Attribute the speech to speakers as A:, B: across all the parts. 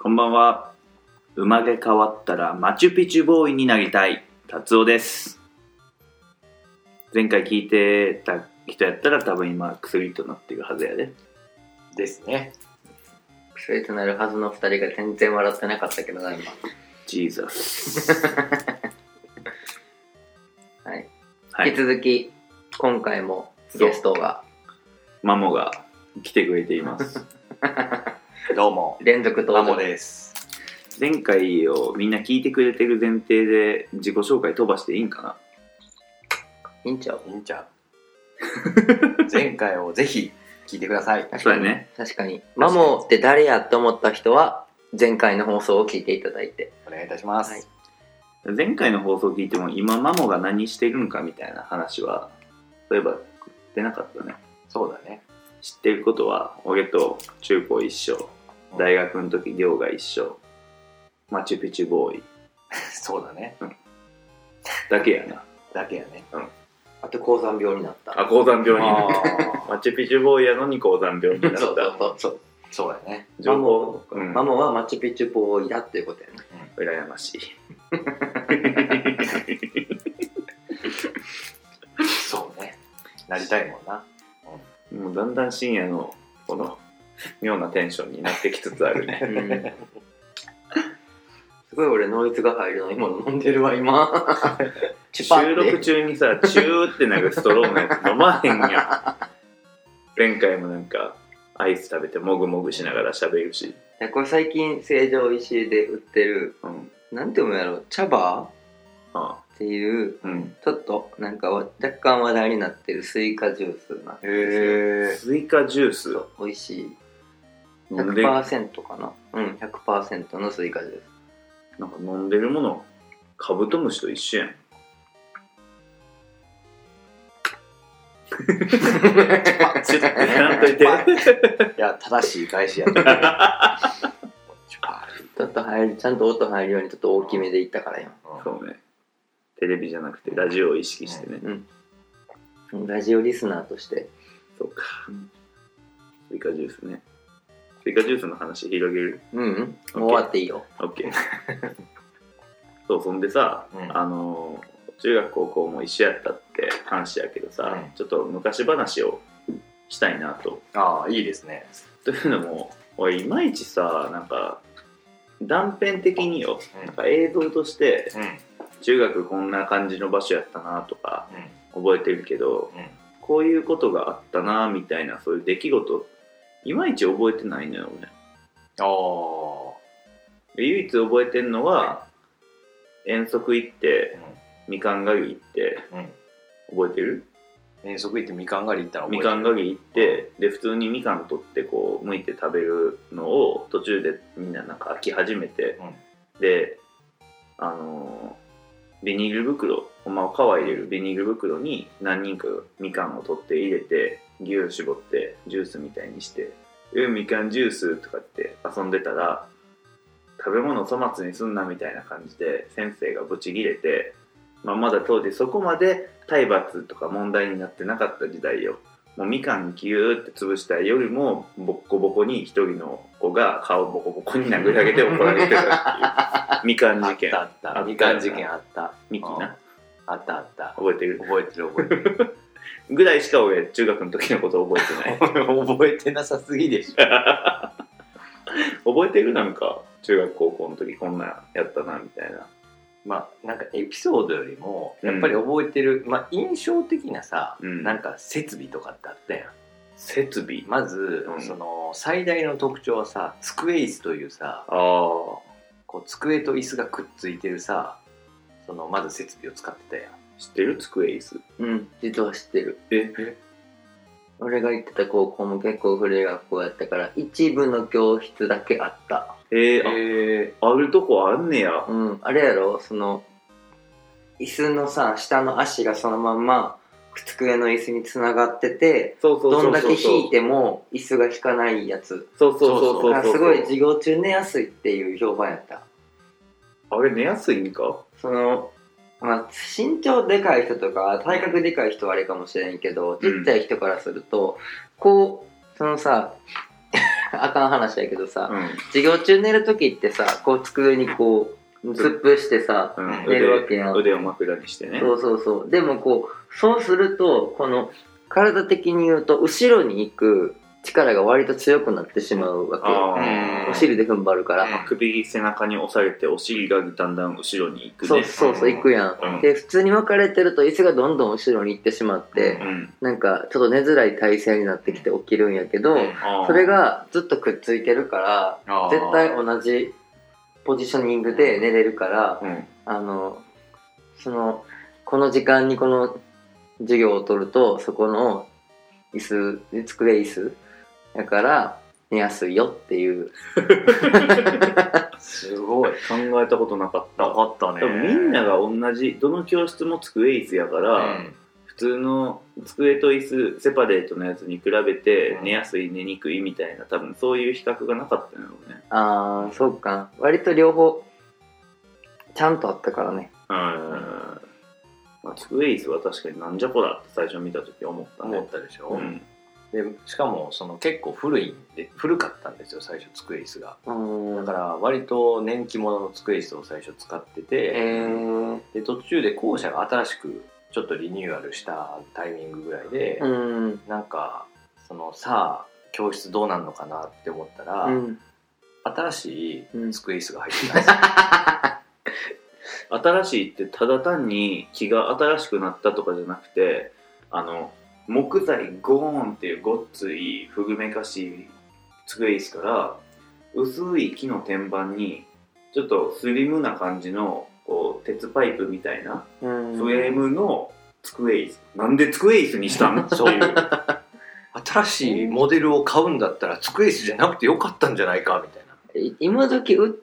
A: こんばんは。生まれ変わったらマチュピチュボーイになりたい、達夫です。前回聞いてた人やったら多分今薬となってるはずやで。
B: ですね。薬となるはずの二人が全然笑ってなかったけどな、今。
A: ジーザス。
B: はい。
A: は
B: 引き
A: い。
B: 続き、今回もゲストが
A: マモが来てくれています。
C: どうも、
B: 連続登
C: マモ
B: 場。
C: です。
A: 前回をみんな聞いてくれてる前提で自己紹介飛ばしていいんかない
B: いんちゃう
C: いい んちゃう前回をぜひ聞いてください。
A: そうやね。
B: 確かに。マモって誰やって思った人は、前回の放送を聞いていただいて。
C: お願いいたします。
B: はい
A: 前回の放送聞いても今マモが何してるんかみたいな話は、そういえば出なかったね。
C: そうだね。
A: 知ってることは俺と中高一緒大学の時寮が一緒マチュピチュボーイ
C: そうだね。
A: だけやな
C: だけやね。
B: あと、高山病になった。
A: あ高山病に
C: あ
A: マチュピチュボーイやのに高山病にな った
B: そうそうそうそう。
C: ーそうだね。
A: 情
B: マ
A: 報
B: モ、
A: うん
B: マモはマチュピチュボーイだっていうことやな。
A: 羨ましい
C: そうね。なりたいもんな。
A: もうだんだん深夜のこの妙なテンションになってきつつあるね
B: すごい俺、ノイズが入るの今飲んでるわ、 今。チュパって
A: 収録中にさチューってなるストローのやつ飲まへんやん前回もなんかアイス食べてもぐもぐしながら喋るし、
B: いやこれ最近成城石井で売ってる
A: うん、
B: なんて読むんやろ茶葉
A: あ
B: っていう
A: うん
B: ちょっとなんかわ若干話題になってるスイカジュースな
C: へえ。
A: スイカジュースを
B: 美味しい
A: 飲んで
B: 100%かなうん100%のスイカジュース
A: なんか飲んでるものカブトムシと一緒やんちょっとやんといて
C: いや、正しい返しや ったけど。チュパ
B: ちょっと入るちゃんと音入るようにちょっと大きめでいったからよ
C: ー
A: そうねテレビじゃなくてラジオを意識してね、
B: ラジオリスナーとして
A: そうかスイカジュースねスイカジュースの話広げる
B: うん、うん、
A: OK
B: もう終わっていいよ
A: OK そうそんでさ、
C: うん
A: あのー中学高校も一緒やったって話やけどさ、
C: うん
A: ちょっと昔話をしたいなと
C: ああ、いいですね。
A: というのも俺いまいちさなんか断片的によ
C: うん
A: なんか映像として
C: うん。
A: 中学こんな感じの場所やったなとか覚えてるけど
C: うん。
A: こういうことがあったなみたいなそういう出来事いまいち覚えてないのよね
C: ああ。
A: 唯一覚えてんのは遠足行ってみかん狩り行って
C: うん。うん。
A: 覚えてる
C: 遠足行ってみかん狩り行ったら覚え
A: み
C: てる
A: かん狩り行ってで普通にみかん取ってこう剥いて食べるのを途中でみんななんか飽き始めて、であのービニール袋ほんま皮入れるビニール袋に何人かみかんを取って入れて牛を絞ってジュースみたいにして「えみかんジュース」とかって遊んでたら食べ物粗末にすんなみたいな感じで先生がブチギレて、まあ、まだ当時そこまで体罰とか問題になってなかった時代よもうみかんギューって潰したよりもボッコボコに一人の子が顔ボコボコに殴り上げて怒られてたってい うみかん事件
C: あったあ
A: あった
C: った。みかん事件あった。
A: ミキな
C: あったあった。
A: 覚えてる
C: 覚えてる覚えて る。
A: ぐらいしか俺中学の時のこと覚えてない
C: 覚えてなさすぎでしょ。
A: 覚えてるなんか中学高校の時こんなんやったなみたいな
C: まあなんかエピソードよりもやっぱり覚えてる、まあ印象的なさ、
A: うん
C: なんか設備とかってあったやん。
A: 設備
C: まず、
A: うん
C: その最大の特徴はさ机椅子というさ
A: ああ
C: こう机と椅子がくっついてるさそのまず設備を使ってたやん。
A: 知ってる机椅子
B: うん実は知ってる
A: え
B: 俺が行ってた高校も結構古い学校やったから一部の教室だけあった
A: えー
C: え
A: ああるとこあんねや
B: うん、あれやろその椅子のさ下の足がそのまんま机の椅子につながってて
A: そうそう
B: ど
A: そ
B: ん
A: う
B: だけ
A: そう
B: 引いても椅子が引かないやつ
A: そうそうそうそう
B: がすごい授業中寝やすいっていう評判やった
A: あれ寝やすいんか
B: その、まあ、身長でかい人とか体格でかい人はあれかもしれんけどちっちゃい人からすると、こうそのさ あかん話やけどさ、
A: うん
B: 授業中寝る時ってさこう机にこう突っ伏してさ、
A: うん、
B: 寝るわけやん
A: 腕腕を枕にしてね
B: そうそうそうでもこうそうするとこの体的に言うと後ろに行く力が割と強くなってしまうわけよ
A: あー
C: うん
B: お尻で踏ん張るから、
C: うん
A: 首背中に押されてお尻がだんだん後ろに行くね
B: そうそうそう
C: うん
B: 行くやん、
A: うん
B: で普通に分かれてると椅子がどんどん後ろに行ってしまって、
A: うん
B: なんかちょっと寝づらい体勢になってきて起きるんやけど、
A: あー
B: それがずっとくっついてるから
C: あー
B: 絶対同じポジショニングで寝れるから
A: うん
B: あのそのこの時間にこの授業を取るとそこの椅子机椅子だから寝やすいよっていう
C: すごい
A: 考えたことなかった
C: なかったね
A: 多分みんなが同じどの教室も机椅子やから、
C: うん
A: 普通の机と椅子セパレートのやつに比べて
C: うん
A: 寝やすい寝にくいみたいな多分そういう比較がなかったんだろうね
B: ああそうか割と両方ちゃんとあったからね
A: うん、まあ、机椅子は確かになんじゃこらって最初見た時思った
C: 思
A: ね
C: ったでしょ、
A: うん
C: でしかもその結構古いんで古かったんですよ最初机椅子が
B: うん
C: だから割と年季物の机椅子を最初使って
B: え
C: て、
B: ー、
C: で途中で校舎が新しくちょっとリニューアルしたタイミングぐらいで、
B: うん
C: なんかそのさあ教室どうなんのかなって思ったら、
B: うん
C: 新し
B: うん
C: い机椅子が入ってたんですよ、
A: 新しいってただ単に木が新しくなったとかじゃなくてあの木材ゴーンっていうごっついふぐめかしい机椅子から薄い木の天板にちょっとスリムな感じのこう鉄パイプみたいな
B: うん
A: フレームの机椅子、なんで机椅子にしたの
C: そう 新しいモデルを買うんだったら机椅子じゃなくてよかったんじゃないかみたいない
B: 今時売っ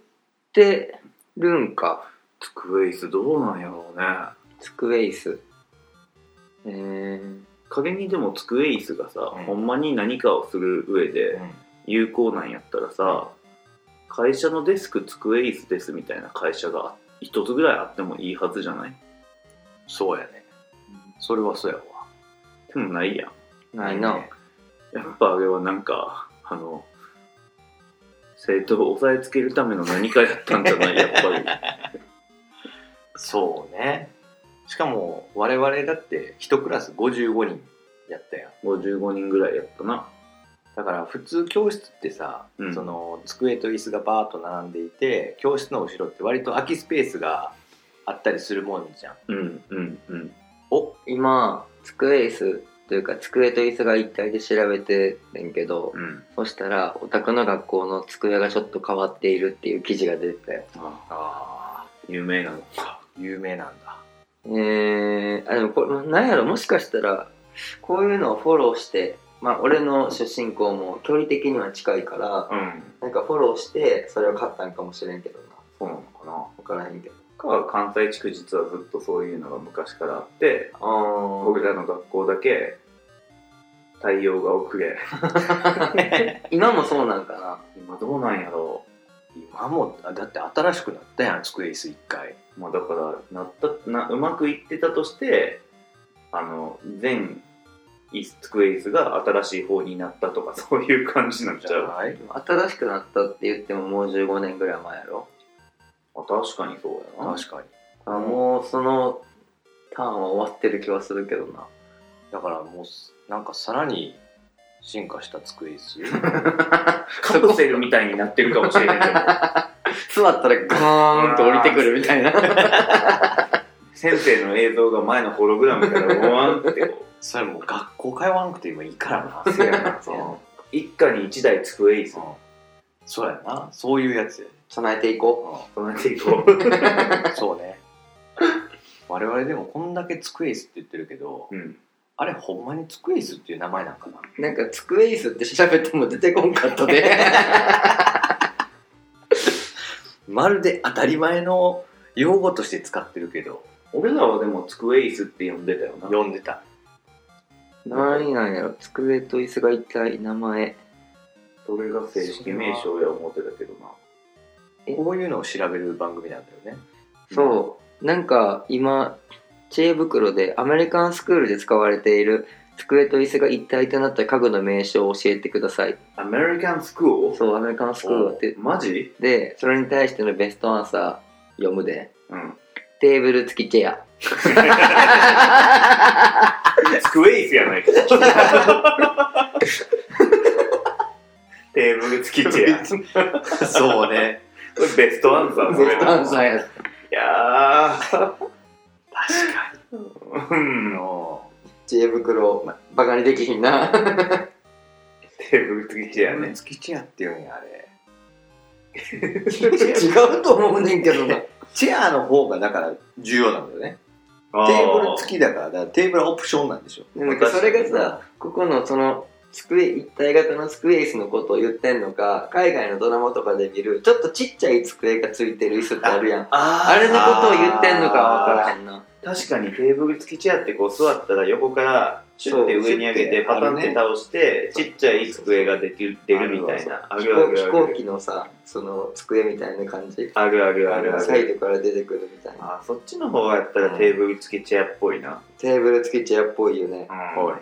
B: てるんか
A: 机椅子どうなんやろうね
B: 机椅子えー、
A: 仮にでも机椅子がさ、
C: うん
A: ほんまに何かをする上で、有効なんやったらさ会社のデスク机椅子ですみたいな会社が一つぐらいあってもいいはずじゃない
C: そうやねそれはそうやわ
A: でもないやん
B: ないな、
C: ね
A: やっぱあれはなんかあの生徒を押さえつけるための何かやったんじゃないやっぱ
C: そうねしかも我々だって一クラス55人やったやん
A: り55人ぐらいやったな
C: だから普通教室ってさ、
A: うん
C: その机と椅子がバーッと並んでいて教室の後ろって割と空きスペースがあったりするもんじゃん
A: うんうんうん
C: お
B: 今机椅子というか机と椅子が一体で調べてんけど、
A: うん
B: そしたらお宅の学校の机がちょっと変わっているっていう記事が出てたよ
A: あ
C: あ
A: 有名なの
C: あ有名なんだ
B: えー、あでもこれなんやろもしかしたらこういうのをフォローしてまあ俺の出身校も距離的には近いから
A: うん
B: なんかフォローしてそれを買ったんかもしれんけどな
A: そうなのかな
B: 分からへんけど
A: かは関西地区実はずっとそういうのが昔からあって
B: ああ
A: 僕らの学校だけ対応が遅れ
B: 今もそうなんか
A: 今どうなんやろ
C: 今もあだって新しくなったやん机椅子一回
A: う、まあ、だからなったなうまくいってたとしてあの全椅子机椅子が新しい方になったとか そういう感じなんち
C: じ
A: ゃ
C: ゃ
A: う
C: ない
B: な新しくなったって言ってももう15年ぐらい前やろ
A: あ確かにそうやな
C: 確かに
B: あもうそのターンは終わってる気はするけどな
C: だからもうすなんかさらに進化した机椅子
A: カプセルみたいになってるかもしれない けど
B: 座ったらガーンと降りてくるみたいな
A: 先生の映像が前のホログラムからボワンってこう
C: それもう学校通わなくて今いい からな
A: せやなその一家に一台机椅子
C: うんそうやなそういうやつや
B: 備えていこ
A: 備えていこ う、
C: そうね 我々でもこんだけ机椅子って言ってるけど、
A: うん、
C: あれほんまに机椅子っていう名前なんかな
B: うなんか机椅子って調べても出てこんかったで
C: まるで当たり前の用語として使ってるけど
A: 俺らはでも机椅子って呼んでたよな
C: 読んでた
B: 何なんやろ机と椅子が一体名前
A: それが正式名称や思ってたけどな。
B: え
C: こういうのを調べる番組なんだよね
B: そうなんか今知恵袋でアメリカンスクールで使われている机と椅子が一体となった家具の名称を教えてください
A: アメリカンスクール
B: そうアメリカンスクールって
A: マジ
B: でそれに対してのベストアンサー読むで
A: うん。
B: テーブル付きチェ ア
A: スクエイスや ないか。テーブル付きチェア。
C: そうね。
A: これベストアンサー
B: ベストアンサー
A: い
B: や
A: やー。確かに。うん。
B: 知恵袋をバカにできひんな
A: テーブル付きチェアね。
C: 月チェアっていうんや、あれ。
B: 違うと思うねんけどな
C: チェアの方が、だから、重要なんだよね。
A: テ
C: テーブル付きだから、だからテーブルはオプションなんでしょ。
B: でもなんかそれがさここのその机一体型の机椅子のことを言ってんのか海外のドラマとかで見るちょっとちっちゃい机がついてる椅子ってあるやんあ
C: あ
B: れのことを言ってんのかは分からへんな
A: 確かにテーブル付きチェアってこう座ったら横からシュッて上に上げて
C: そう
A: パタンって倒してちっちゃい机ができる出るみたいなあ
B: 飛
A: るあ
B: 行
A: るあ
B: 飛行
A: る
B: 機のさその机みたいな感じ
A: あるあるあるあ
B: サイ
A: る
B: ドから出てくるみたいな
A: あそっちの方がやったらテーブル付きチェアっぽいな
B: テーブル付きチェアっぽいよね
A: おい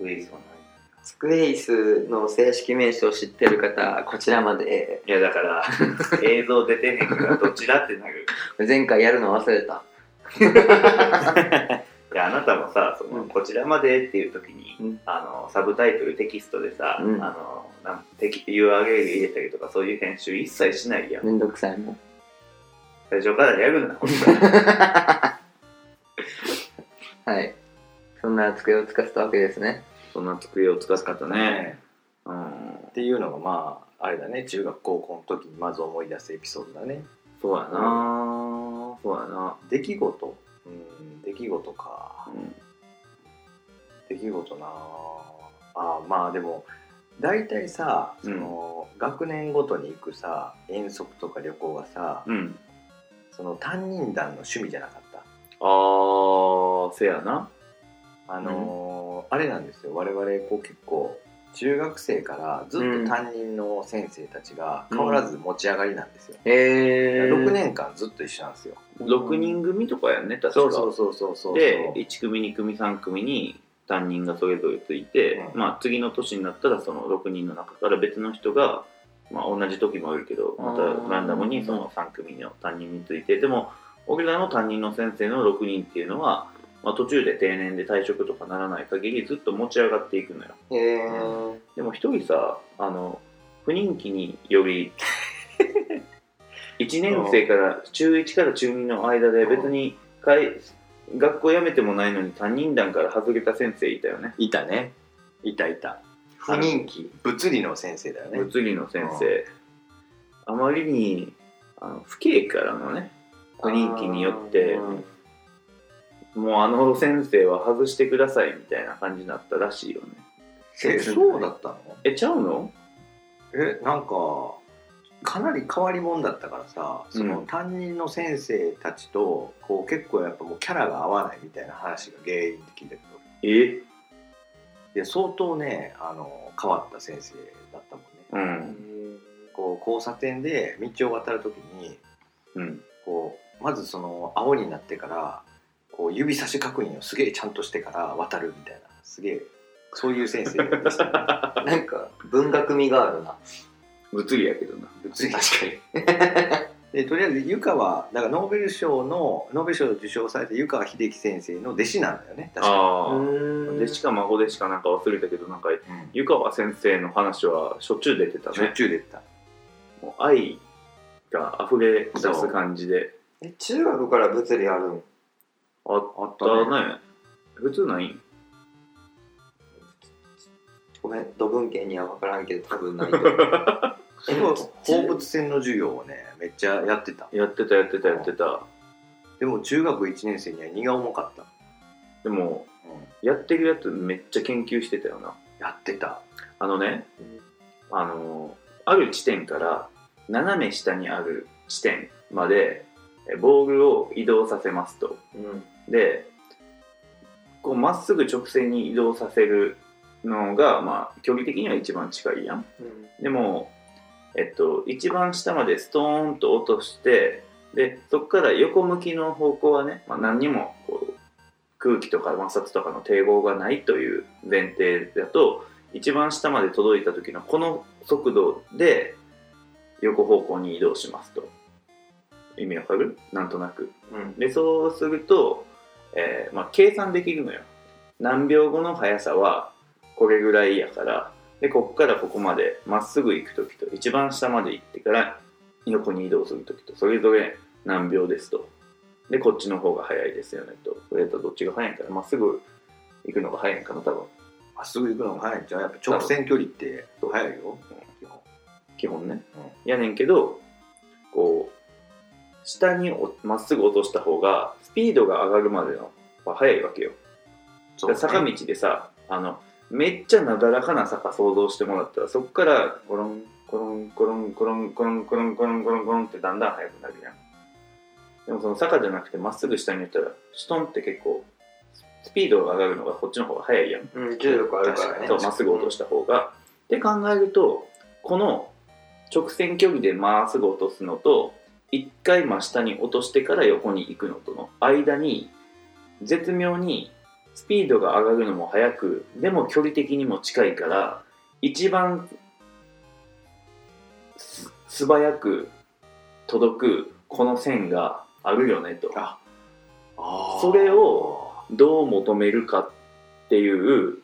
A: 机椅子はない
B: 机椅子の正式名称を知ってる方こちらまで
A: いやだから 映像出てへんからどっちだってなる
B: 前回やるの忘れた
A: いやあなたもさその、
B: うん
A: こちらまで」っていう時に、
B: うん
A: あのサブタイトルテキストでさ、
B: うん
A: あのなんテキ URL 入れたりとかそういう編集一切しないやん
B: めんどくさいもん
A: 最初からやるな
B: はいそんな机を使ってたわけですね
A: そんな机を使った
C: あ
A: ね、。うん
C: っていうのが、まあ、あれだね、中学高校の時にまず思い出すエピソードだね。
A: そうやなそうやな
C: 出来事うん、出来事か。
A: うん
C: 出来事なああまあでも大体さその、学年ごとに行くさ遠足とか旅行がさ
A: うん
C: その担任団の趣味じゃなかった
A: あーせやな
C: あのーあれなんですよ我々こう結構中学生からずっ
B: うん
C: と担任の先生たちが変わらず持ち上がりなんですよ、
B: えー、
C: 6年間ずっと一緒なんですよ
A: 6人組とかやんね確か
C: そうそうそうそうそう
A: で1組2組3組に担任がそれぞれついて、
C: うん
A: まあ、次の年になったらその6人の中から別の人が、まあ、同じ時もあるけどまた
B: あー
A: ランダムにその3組の担任についてでも俺らの担任の先生の6人っていうのは、まあ、途中で定年で退職とかならない限りずっと持ち上がっていくのよ
B: えー、
A: でも一人さあの不人気により1年生から中1から中2の間で別にかい学校辞めてもないのに担任団から外れた先生いたよね
C: いたねいたいた
B: 不人気
C: 物理の先生だよね
A: 物理の先生あまりにあの不景からのね不人気によって
B: あーうん
A: もうあの先生は外してくださいみたいな感じになったらしいよね
C: えそうだったの
A: えちゃうの
C: えなんかかなり変わり者だったからさその
A: うん
C: 担任の先生たちとこう結構やっぱもうキャラが合わないみたいな話が原因って聞いたけど
A: え
C: で相当ねあの変わった先生だったもんね
A: うん
C: こう交差点で道を渡る時に
A: うん
C: こうまずその青になってからこう指差し確認をすげえちゃんとしてから渡るみたいなすげえそういう先生でしたね
B: なんか文学味があるな
A: 物理やけどな
C: 物理確かに でとりあえず湯川だからノーベル賞のノーベル賞を受賞された湯川秀樹先生の弟子なんだよね確か
A: ああ
B: で
A: でしか孫でしかなんか忘れたけどなんか
C: に、
A: 湯川先生の話はしょっちゅう出てた
C: しょっ
A: ね
C: ちゅう出てた
A: もう愛が溢れ出す感じで
B: え中学から物理あるん
A: あっ
C: あったたね
A: ね普通ないん
B: ごめん土文系には分からんけど多分ない と思うえでも
C: 放物線の授業をねめっちゃやってた
A: やってたやってたやってた
C: でも中学1年生には荷が重かった、
A: でも
C: うん
A: やってるやつめっちゃ研究してたよな
C: やってた
A: あのね
B: うん
A: あのある地点から斜め下にある地点までえボールを移動させますと
B: うん
A: でこうまっすぐ直線に移動させるのが、まあ、距離的には一番近いやん
B: うん
A: でも、えっと、一番下までストーンと落としてでそこから横向きの方向はね、まあ、何にもこう空気とか摩擦とかの抵抗がないという前提だと一番下まで届いた時のこの速度で横方向に移動しますと意味わかるなんとなく
C: うん
A: でそうすると、えーまあ、計算できるのよ何秒後の速さはこれぐらいやからでこっからここまでまっすぐ行く時と一番下まで行ってから横に移動する時とそれぞれ何秒ですとでこっちの方が速いですよねとこれだとどっちが速いんかなまっすぐ行くのが速いんかな多分
C: まっすぐ行くのも早いんちゃうやっぱ直線距離って早いよ、基本
A: 基本ね、やねんけどこう下におまっすぐ落とした方がスピードが上がるまでのは速いわけよ
C: そうね
A: 坂道でさあのめっちゃなだらかな坂想像してもらったらそこからゴロンゴロンゴロンゴロンゴロンゴロンゴロンゴロンゴロンってだんだん速くなるやんでもその坂じゃなくてまっすぐ下に行ったらストンって結構スピードが上がるのがこっちの方が速いやん
B: うん、重力あるからね。
A: そうまっすぐ落とした方が、って考えるとこの直線距離でまっすぐ落とすのと一回真下に落としてから横に行くのとの間に絶妙にスピードが上がるのも速くでも距離的にも近いから一番す素早く届くこの線があるよねと
C: ああー
A: それをどう求めるかっていう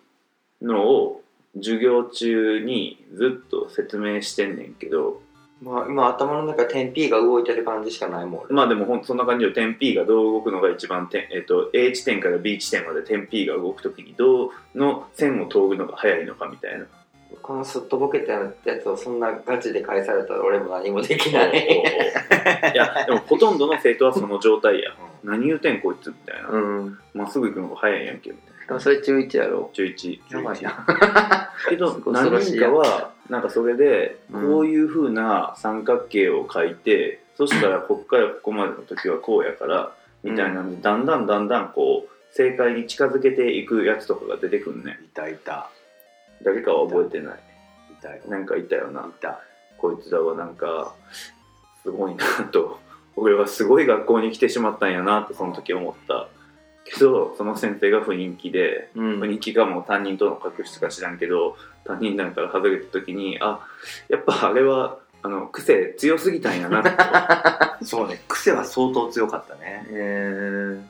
A: のを授業中にずっと説明してんねんけど
B: まあ、今頭の中、点 P が動いてる感じしかないもん。俺
A: まあでもほんとそんな感じで点 P がどう動くのが一番点、えっと A 地点から B 地点まで点 P が動くときにどの線を通るのが早いのかみたい な。
B: このすっとぼけたやつをそんなガチで返されたら俺も何もできない。
A: いやでもほとんどの生徒はその状態や。何言うてんこいつみたいな。
B: うん。
A: まっすぐ行くのが早いやんけみたいな。
B: しかもそれ中1やろ。
A: 中1、中
B: やばい
A: 1。
B: な。
A: けど何人かはなんかそれで
B: うん
A: こういう風な三角形を描いて、そしたらこっからここまでの時はこうやからみたいなんで、だんだんだんだんこう正解に近づけていくやつとかが出てくんね
C: いたいた
A: 誰かは覚えてない
C: いたよ
A: なんかいたよ
C: い
A: な
C: た
A: こいつらはなんかすごいなと俺はすごい学校に来てしまったんやなってその時思ったけどその先生が不人気で
B: う
A: まあ
B: ん。
A: 日記がもう担任との確執か知らんけど担任なんから外れた時にあやっぱあれはあの癖強すぎたんやな って
C: そうね癖は相当強かったね
B: えー、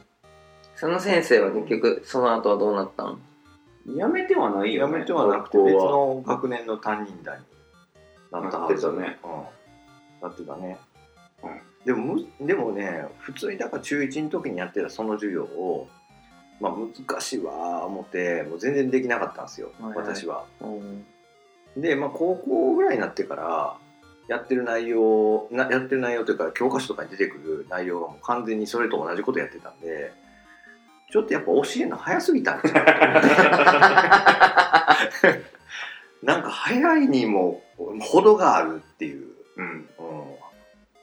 B: その先生は結局、その後はどうなったの
A: やめてはない
C: や
A: よね
C: めてはなくて
A: 学
C: 別
A: 校は
C: の学年の担任だになったはず
A: なってたね、
C: うん、なってたね、
A: うん
C: でもむでもね普通にだから中1の時にやってたその授業をまあ難しいわ思ってもう全然できなかったんですよ、
B: はいはい
C: 私は
B: うん。
C: でまあ高校ぐらいになってからやってる内容なやってる内容というか教科書とかに出てくる内容がもう完全にそれと同じことやってたんでちょっとやっぱ教えるの早すぎたんちゃうと思ってなんか早いにも程があるっていう、
A: うん
C: う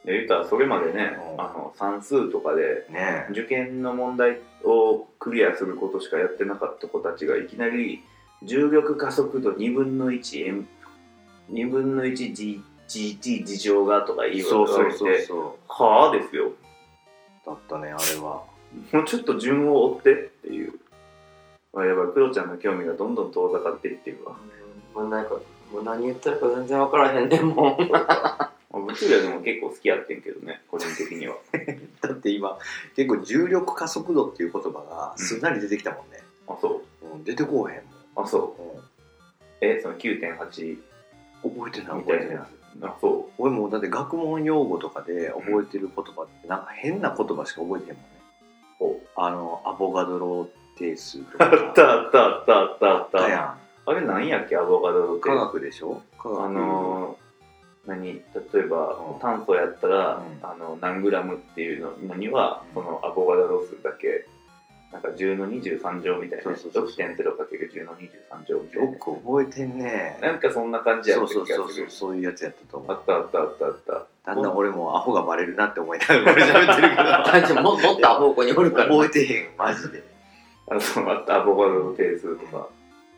A: で言ったらそれまでね
C: う
A: あ
C: ん
A: の算数とかで
C: ん、ねえ
A: 受験の問題をクリアすることしかやってなかった子たちがいきなり重力加速度2分の 1m 2分の 1g gt 事情がとか言い
C: そう
A: 訳さ
C: そ
A: れ
C: うそう
A: て
C: そ
A: はあですよ
C: うだったねあれは
A: もうちょっと順を追ってっていう。まあ、やばい、クロちゃんの興味がどんどん遠ざかっていってるわ。
B: もうなんか、もう何言ってるか全然分からへんねん、もう。
A: まあ物理はでも結構好きやってんけどね、個人的には。
C: だって今結構重力加速度っていう言葉がすんなり出てきたもんね、
A: あ、そう。
C: うん、出てこうへん
A: あ、そ
C: もん、うん
A: う。え、その9.8
C: 覚えてない
A: み
C: 覚
A: た
C: え
A: い
C: てない
A: なやつ。あ、そ
C: 俺もうだって学問用語とかで覚えてる言葉ってなんか変な言葉しか覚えてへんもんね
A: う。お
C: あのアボガドロ定数とか
A: あったあったあったあったあった。
C: あったやん
A: あれなんやっけ、アボカドって。
C: 科
A: あ
C: 学でしょ科学
A: のー、何例えば
C: うん
A: 炭素やったら、
C: うん
A: あの何グラムっていうのにはそのアボガドロ数だけなんか10の23乗みたいな
C: そうそうそうそう
A: 6.0×10 の23乗みたいな
C: よく覚えてんね
A: なんかそんな感じや
C: そ
A: っ
C: う
A: た気
C: そうそ
A: が
C: う
A: す
C: そう
A: る。
C: そういうやつやったと思
A: あ
C: う
A: ったあったあったあった。
C: だんだん俺もアホがバレるなって思いながら俺喋ってる
B: あ、じゃあももっとアホこにお
C: け
B: る
C: ど
B: から。
C: 覚えてへんマジで
A: あの、あった、アボカドの定数とか。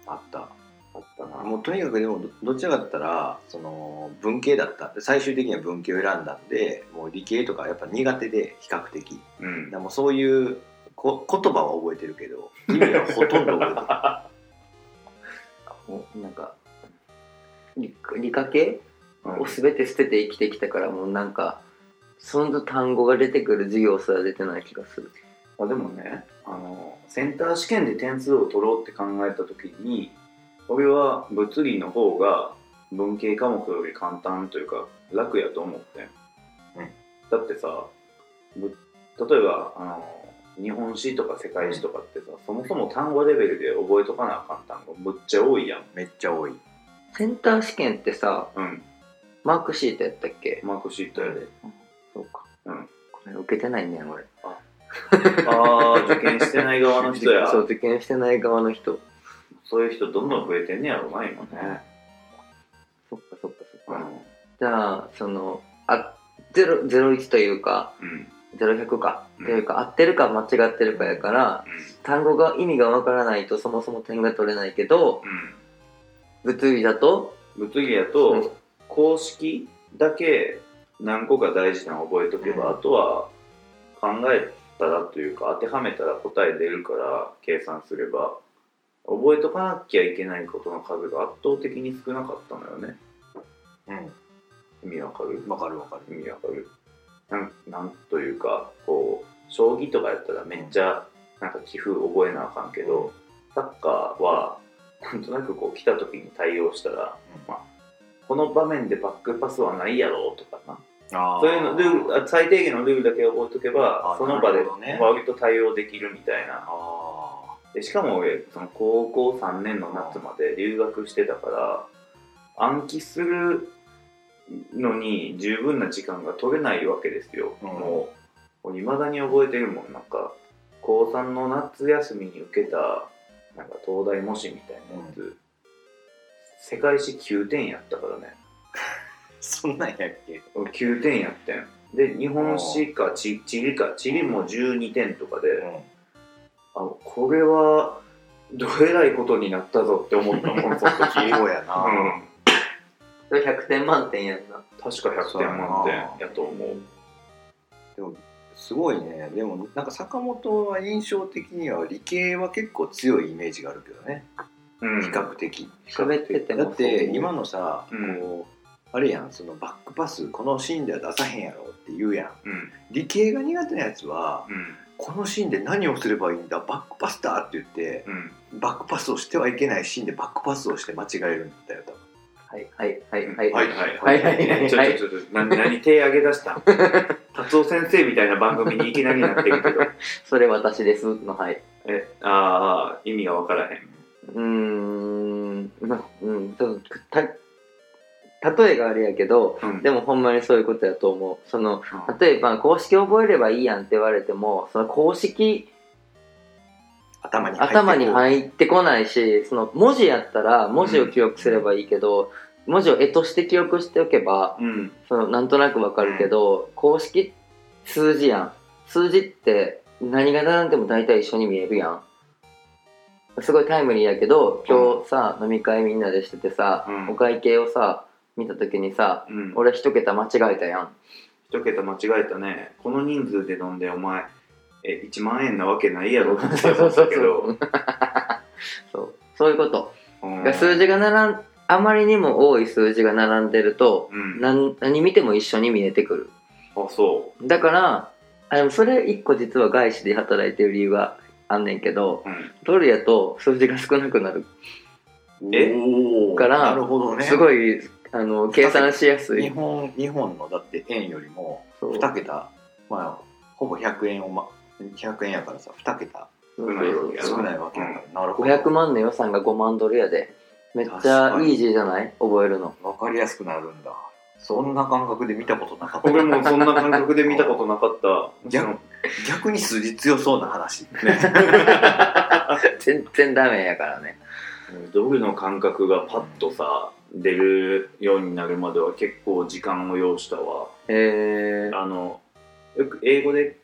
C: あった
A: あったな。
C: もうとにかくでもどどちらかだったらその文系だったんで最終的には文系を選んだんでもう理系とかやっぱ苦手で比較的
A: うん
C: だから。もうそういうこ言葉は覚えてるけど意味はほとんど覚えて ない
B: もうなんか理理科系を全て捨てて生きてきたからもうなんかその単語が出てくる授業すら出てない気がする
A: あでもねあのセンター試験で点数を取ろうって考えた時に俺は物理の方が文系科目より簡単というか楽やと思ってん、
C: うん
A: だってさぶ例えばあの日本史とか世界史とかってさ、そもそも単語レベルで覚えとかなあかん単語むっちゃ多いやん
C: めっちゃ多い
B: センター試験ってさ
A: うん
B: マークシートやったっけ
A: マークシートやで
B: そうか
A: うん
B: これ受けてないねん俺
A: ああ受験してない側の人や
B: そう受験してない側の人
A: そういう人どんどん増えてんねやろな今ね、
B: そっかそっかそっ
A: う
B: か、
A: ん
B: じゃあそのあゼロゼロ一というか
A: うん
B: ゼロ百か、
A: うん
B: というか合ってるか間違ってるかやから単語が意味がわからないとそもそも点が取れないけど
A: う
B: 物理だと
A: ん、物理や
B: う
A: と
B: ん
A: 公式だけ何個か大事なの覚えとけば、
B: うん
A: あとは考えたらというか当てはめたら答え出るから計算すれば覚えとかなきゃいけないことの数が圧倒的に少なかったのよね
C: うん
A: 意味わかる
C: わかるわかる
A: 意味わかるなんなんというかこう将棋とかやったらめっちゃなんか棋風覚えなあかんけど、サッカーはなんとなくこう来た時に対応したら、
C: うん
A: まあ、この場面でバックパスはないやろとかな
C: あー
A: そういうのルールあ最低限のルールだけ覚えとけば
C: あー
A: その場で
C: なるほどね
A: 割と対応できるみたいな
C: あ
A: でしかも俺その高校3年の夏まで留学してたから暗記するのに十分な時間が取れないわけですよ、
C: うん
A: もういまだに覚えてるもんなんか高3の夏休みに受けたなんか東大模試みたいなやつ、世界史9点やったからね
C: ーそんなんやっけ
A: 俺9点やってんで日本史か地地理か地理も12点とかで、あこれはどえらいことになったぞって思ったもんその 時、
C: 英語やな、
A: うん、
B: それ100点満点やんな
A: 確か100点満点やと思う
C: すごいねでもなんか坂本は印象的には理系は結構強いイメージがあるけどね
A: うん
C: 比較的、
B: 喋ってても
C: だ
B: そう
C: って今のさ、
A: うん
C: こうあれやんそのバックパスこのシーンでは出さへんやろって言うやん
A: うん
C: 理系が苦手なやつは
A: うん
C: このシーンで何をすればいいんだバックパスだって言って
A: うん
C: バックパスをしてはいけないシーンでバックパスをして間違えるんだよ多分
B: はいはいはいはい
A: はいはい
B: はいはいはい
A: ちょっとちょっと何何手上げ出 した達夫先生みたいな番組にいきなりなってる けど
B: それ私ですのはい
A: えああ意味が分からへん
B: うーんまうんちょっとた例えがあれやけど
A: うん
B: でもほんまにそういうことやと思うその
A: うん
B: 例えば公式覚えればいいやんって言われてもその公式
C: 頭に入って
B: 頭に入ってこないしその文字やったら文字を記憶すればいいけど、文字を絵として記憶しておけば
A: うん
B: そのなんとなくわかるけど、公式数字やん数字って何が並んでも大体一緒に見えるやんすごいタイムリーやけど今日さ、飲み会みんなでしててさ、
A: うん
B: お会計をさ見た時にさ
A: うん
B: 俺一桁間違えたやん
A: 一桁間違えたねこの人数で飲んでお前え1万円なわけないやろって思ったけど
B: そうそういうこと
A: うん
B: が数字が並んあまりにも多い数字が並んでると
A: うんあ
B: 何何見ても一緒に見えてく
A: そ
B: るだからあでもそれ一個実は外資で働いてる理由があんねんけど
A: う、うん、
B: ドルやと数字が少なくなる
A: え
C: おー
B: から
C: なるほどね
B: すごいあの計算しやす
C: 日
B: い
C: 本日本のだって円よりも
B: そう
C: 2桁まあほぼ100円を、ま、100円やからさ2桁
B: そう
A: 少ないわけや
C: 少ないわけやから、なるほど
B: 500万の予算が5万ドルやでめっち
C: 確
B: ゃ
C: か
B: イ
C: に
B: ージーじゃない覚えるの
C: 分かりやすくなるんだそんな感覚で見たことなかった
A: 俺もそんな感覚で見たことなかった
C: 逆 逆に数字強そうな話
B: 全然ダメやからね
A: ドルの感覚がパッとさ出るようになるまでは結構時間を要したわ
B: へえ
A: あのよく英語で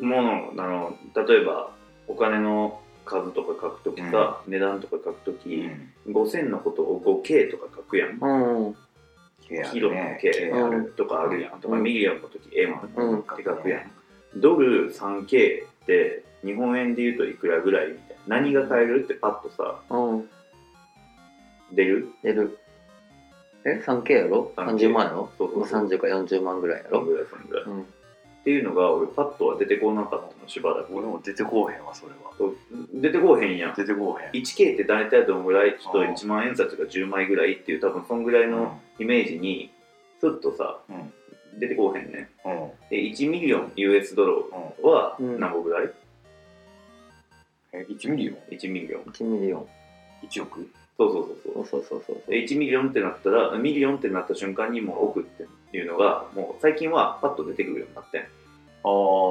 A: ものあの例えばお金の数とか書くときさ、値段とか書くとき、5000のことを 5K とか書くやん
B: うん
C: ケア
A: キロの
C: ね
A: K
C: ケア
B: うん
A: とかあるやんとか、
B: うん
A: ミリオンの時 M
B: うん
A: って書くやん、ドル 3K って日本円で言うといくらぐらいみたいな何が買えるってパッとさ
B: うん
A: 出る
B: 出るえ 3K やろ
A: 3K
B: 30万やろ
A: そうそうそう
B: まあ30か40万ぐらいや
A: そん
B: ろ
A: ぐらいそんぐらい、
B: うん
A: っていうのが俺パッとは出てこなかったのしばらく
C: 俺も出てこうへんわそれは
A: 出てこうへんやん
C: 出てこうへん
A: 1K って大体どんぐらいちょっと
C: あー
A: 1万円札が10枚ぐらいっていう多分そんぐらいのイメージにちょっとさ、
C: うん
A: 出てこうへんね
C: うんうん
A: で1ミリオン US ドルは
B: うん
A: 何個ぐらい、
C: え1ミリオン
A: ?1 ミリオン
B: 1ミリオン
C: 1億
A: そうそうそうそ
B: そううそうそうそう
A: で1ミリオンってなったらミリオンってなった瞬間にもう億っていうのがもう最近はパッと出てくるようになってん
C: ああ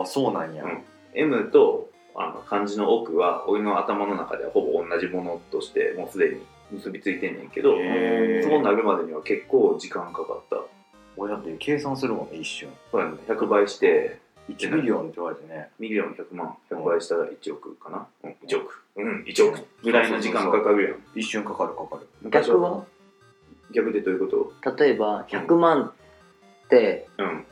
C: そうなんや、
A: うん M とあの漢字の奥は俺の頭の中ではほぼ同じものとしてもうすでに結びついてんねんけど
C: へー
A: そうなるまでには結構時間かかった
C: 俺だって計算するもんね一瞬
A: そうやね100倍して
C: 1ミリオンって言われてね
A: ミリオン100万100倍したら1億かな、うん、1億うん1億ぐらいの時間かかるやん
C: 一瞬かかるかかる
A: 昔
B: 逆は
A: 逆でどういうこ
B: 例えば100万って
A: とうん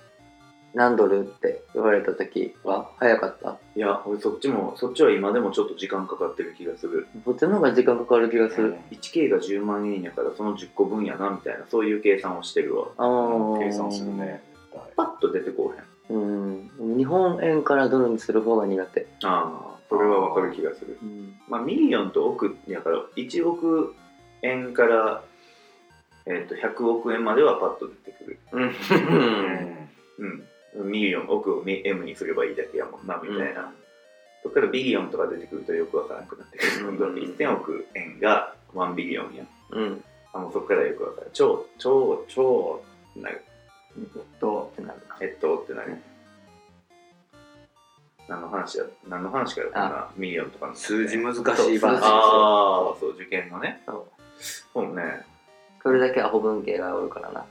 B: 何ドルって言われた時は早かった
A: いや俺そっちもそっちは今でもちょっと時間かかってる気がする
B: こっちの方が時間かかる気がする、
A: 1K が10万円やからその10個分やなみたいなそういう計算をしてるわ
B: ああ
C: 計算するね絶対
A: パッと出てこうへん
B: うん日本円からドルにする方が苦手、
A: ああそれはわかる気がするまあ、ミリオンと億やから1億円から、えー、と100億円まではパッと出てくる、
B: うん
A: うん、ミリオン億をミ M にすればいいだけやもんなみたいな、そっからビリオンとか出てくるとよくわからなくなってくる、
B: うん
A: 1000億円が1ビリオンや
B: うん
A: あもうそっからよくわからない超超超なる
B: どうってなるな
A: えっとってなる、何の話や何の話からこんなミリオンとかの
C: 数字難し
B: そう
C: い
A: ああ
C: 話
A: そう受験のね
B: そう
A: そうね
B: それだけアホ文系がおるから な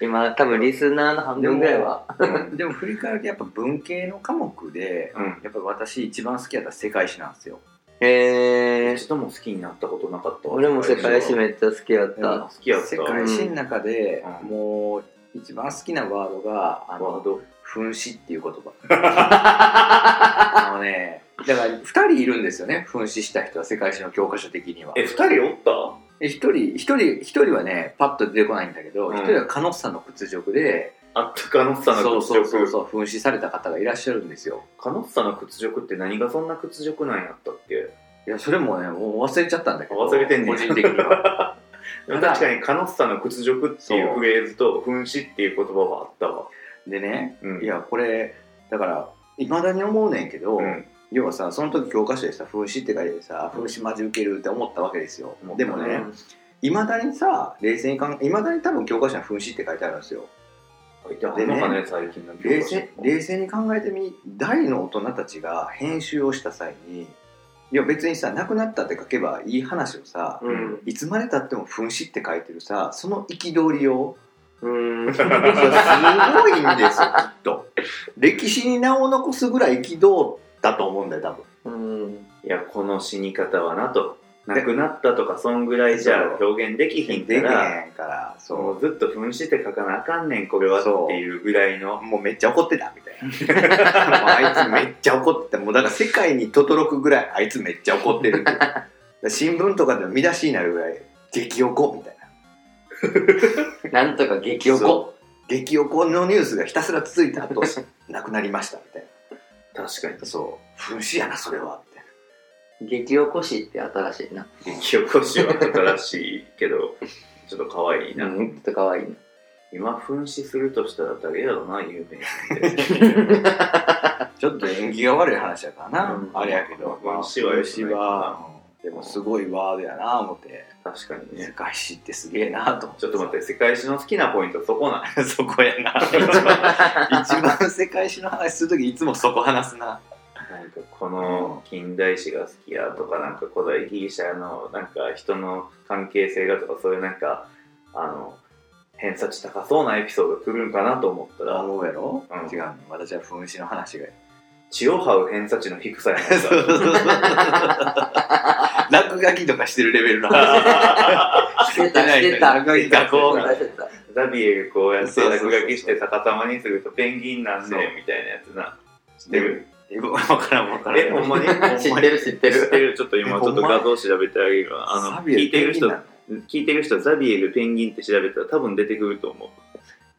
B: 今多分リスナーの半分ぐらいは
A: うん
C: でも振り返るとやっぱ文系の科目で
A: うん
C: やっぱ私一番好きだった世界史なんですよ
B: へえ
A: 一度も好きになったことなかったわ
B: 俺も世界史めっちゃ好きやっ
C: でも
B: た
A: 好きやった
C: 世界史の中で
A: うん
C: もう一番好きなワードがあ
A: ワ
C: の
A: ード
C: 紛死っていう言 葉あのねだから2人いるんですよね紛死した人は世界史の教科書的には
A: え二人おった
C: え一人一人一人はねパッと出てこないんだけど
A: うん
C: 一、人はカノッサの屈辱で
A: あったカノッサ
C: そ
A: の
C: う
A: 屈
C: そう
A: 辱
C: そうそう紛失された方がいらっしゃるんですよ
A: カノッサの屈辱って何がそんな屈辱なんやったっけ
C: いやそれもねもう忘れちゃったんだけど
A: 忘れてんねん
C: 個人的に は
A: でも確かにカノッサの屈辱っていうフレーズと紛死っていう言葉はあったわ
C: でね
A: うん
C: いやこれだからいまだに思うねんけど、
A: うん
C: 要はさその時教科書でさ「紛失」って書いてさ「紛失マジ受ける」って思ったわけですよ、
A: 思った
C: で
A: ね
C: も
A: う
C: ねいまだにさ冷静に考えいまだに多分教科書には「紛失」って書いてあるんですよ
A: 書いてあ
C: で
A: る
C: ね
A: のかね最近の教科書
C: 冷静冷静に考えてみ大の大人たちが編集をした際にいや別にさ「亡くなった」って書けばいい話をさ、
B: うん
C: いつまでたっても「紛失」って書いてるさその憤りを
B: うん
C: すごいん ですよきっと歴史に名を残すぐらい憤ったと思うんだよ多分
B: うん
A: いやこの死に方はなと亡くなったとかそんぐらいじゃ表現できひんか
C: できへん
A: ら
C: から
A: もう
C: そ
A: ずっと紛死って書かなあかんねんこれは
C: そう
A: っていうぐらいうの
C: もうめっちゃ怒ってたみたいなもうあいつめっちゃ怒ってたもうだから世界にとどろくぐらいあいつめっちゃ怒ってるっていうだから新聞とかでも見出しになるぐらい激怒みたいな
B: なんとか激おこ
C: そう激怒のニュースがひたすら続いた後 亡くなりましたみたい
A: 確かに
C: なそう紛死やなそれはみたい
B: 激おこしって新しいな
A: 激起こしは新しいけど ちょっと可愛いな、
B: うんちょっと可愛いな
A: 今紛失するとしたら誰やろな有名人って
C: なちょっと縁起が悪い話やからな、
B: うん
C: あれやけど
A: まあ紛死は良くない
C: 紛死はうんでもすごいワードやな思って
A: 確かに
C: 世
A: ね
C: 界史ってすげえなと思って
A: ちょっと待って世界史の好きなポイントそこ な
C: そこや な。一番世界史の話するときいつもそこ話すな。
A: なんかこの近代史が好きやとかなんか古代ギリシャのなんか人の関係性がとかそういうなんかあの偏差値高そうなエピソード来るんかなと思ったら
C: 思うやろ、
A: うん
C: 違うの。私は紛失の話が。
A: 血を這う偏差値の低さやな
C: 落書きとかしてるレベルの話。
B: してたしてた
C: 落書きがこうみたいな。
B: してた
A: ザビエルこうやって
C: そうそうそう
A: 落書きして逆さまにするとペンギンなんで
C: そう
A: みたいなやつな知ってる
C: 分からん分からん
A: えほんまにほんまに
B: 知ってる知って
A: 知 って
B: る。
A: るちょっと今ちょっと画像調べてあげるわあの
C: サビエル
A: 聞いてる人
C: ペンギンなの
A: 聞いてる人ザビエルペンギンって調べたら多分出てくると思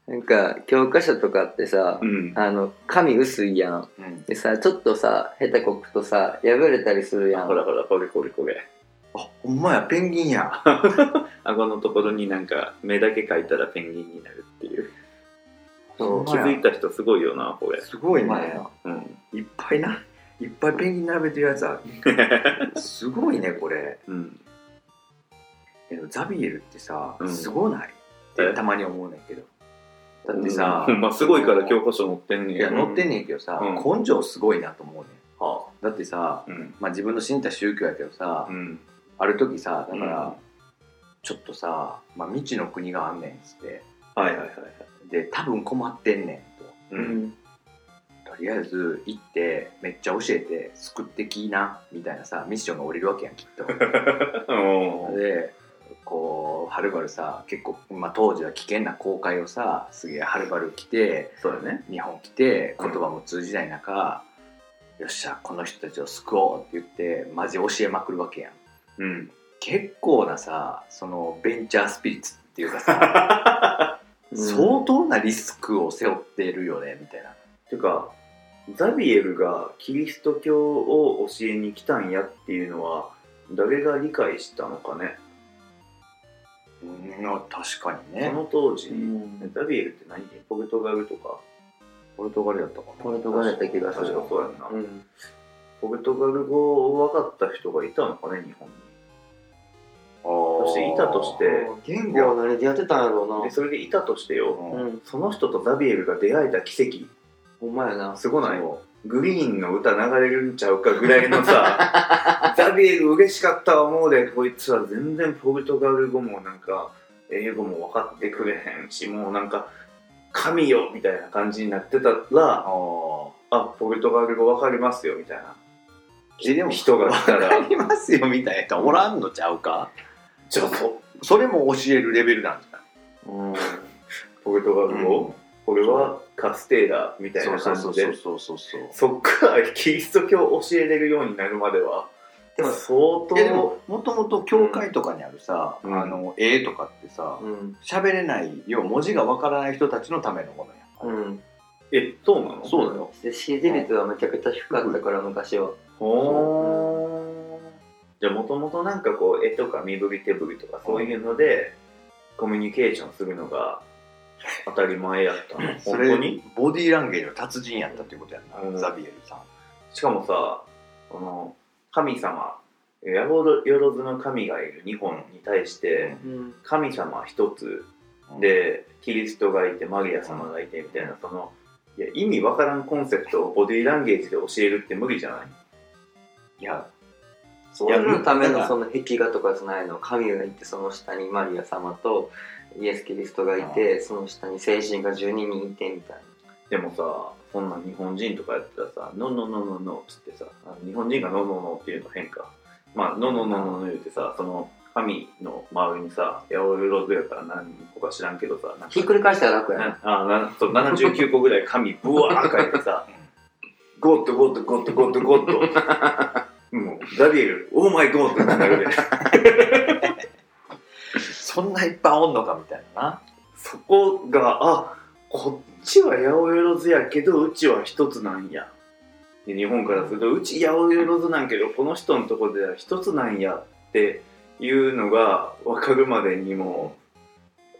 B: なんか教科書とかってさ
A: う、うん
B: あの紙薄いやん。
C: うん
B: でさちょっとさ下手こくとさ破れたりするやん。
A: ほらほらこれこれこれ
C: あほんまやペンギンや
A: 顎のところになんか目だけ描いたらペンギンになるっていう
B: そ
C: ほ
B: うん
A: 気
C: まや
A: づいた人すごいよなこれ
C: すごい
B: お
C: ね
B: 前や
A: うん
C: いっぱいないっぱいペンギン並べてるやつあるすごいねこれ
A: うん
C: でもザビエルってさ
A: うん
C: すごない、ってたまに思うねんけどだってさ、
A: うんまあすごいから教科書載ってんね
C: い
A: や
C: や載ってんねんけどさ、
A: う
C: 根性すごいなと思うねん
A: は
C: だってさ
A: あ、うん
C: まあ、自分の信じた宗教やけどさ、
A: うん
C: ある時さだから、
A: うん
C: ちょっとさ、まあ、未知の国があんねんっつって
A: はいはいはいはい
C: で多分困ってんねんと
A: う
B: うんん
C: とりあえず行ってめっちゃ教えて救ってきなみたいなさミッションが降りるわけやんきっ と
A: うん
C: でこうはるばるさ結構、まあ、当時は危険な航海をさすげえはるばる来て
A: そうだね
C: 日本来て言葉も通じない中、よっしゃこの人たちを救おうって言ってマジ教えまくるわけやん
A: うん
C: 結構なさそのベンチャースピリッツっていうかさ
B: う
C: 相当なリスクを背負ってるよねみたいな
A: てかザビエルがキリスト教を教えに来たんやっていうのは誰が理解したのかね、
C: うんまあ確かにね
A: その当時、
B: ん
A: ザビエルって何ポルトガルとか
C: ポルトガルやったかな
B: ポルトガルやった気がす
A: 確か
B: る。
A: そうやんな、
B: うん
A: ポルトガル語を分かった人がいたのかね日本に
C: そ
A: していたとして
B: 言語は何でやってたんやろ
A: でそれでいたとしてよ、
B: うな。うん。
A: その人とザビエルが出会えた奇跡
B: ほんまやな。
A: すごないグリーンの歌流れるんちゃうかぐらいのさ ザビエル嬉しかった思うでこいつは全然ポルトガル語もなんか英語も分かってくれへんしもうなんか神よみたいな感じになってたらあポルトガル語分かりますよみたいな
C: えでも
A: 人が来たら
C: ありますよみたいな人おらんのちゃうか
A: ちょっと
C: それも教えるレベルなんじゃ
B: うん。
A: ポルトガ
C: な
A: ル
C: い
A: 語、これはカステーラみたい
C: そ
A: な
C: うそ
A: 感
C: う
A: じ
C: そう
A: で
C: そうそうそう
A: そっからキリスト教を教えれるようになるまでは
B: でも
A: 相当
C: いやでももともと教会とかにあるさ、
A: うん
C: あの絵とかってさ
B: うん。
C: 喋れない要は文字がわからない人たちのためのものや、
B: うん。
A: えそうなの
C: そうだよ
B: で、支持率はめちゃくちゃ低かったから、昔は。
A: ほーじゃあもともとなんかこう絵とか身振り手振りとかそういうのでコミュニケーションするのが当たり前やったの
C: そ
A: 本
C: れ
A: 当に
C: ボディーランゲージの達人やったっていうことやんな、
A: うん
C: ザビエルさん
A: しかもさこの神様やぼろよろずの神がいる日本に対して
B: うん。
A: 神様一つ、でキリストがいてマリア様がいてみたいなそのいや意味わからんコンセプトをボディーランゲージで教えるって無理じゃない
C: いや
B: それのため
C: い
B: の
C: や
B: その壁画とかじゃないの。神がいて、その下にマリア様とイエス・キリストがいて、その下に聖人が12人いてみたいな。
A: でもさそんな日本人とかやったらさ「ノノノノノ」っつってさあ日本人が「ノノノ」っていうの変かまあ「ノノノノノ」言うてさその神の周りにさ「八百万やから何個か知らんけどさなんか
B: ひっくり返したら楽やな。
A: なあなそう79個ぐらい紙ブワー書いてさゴッドゴッドゴッドゴッドゴッド もうザビエル「オーマイゴッド」ってなるで
C: そんないっぱいおんのかみたいな
A: そこがあこっちは八百万やけどうちは一つなんやで日本からするとうち八百万なんけどこの人のとこでは一つなんやっていうのが分かるまでにも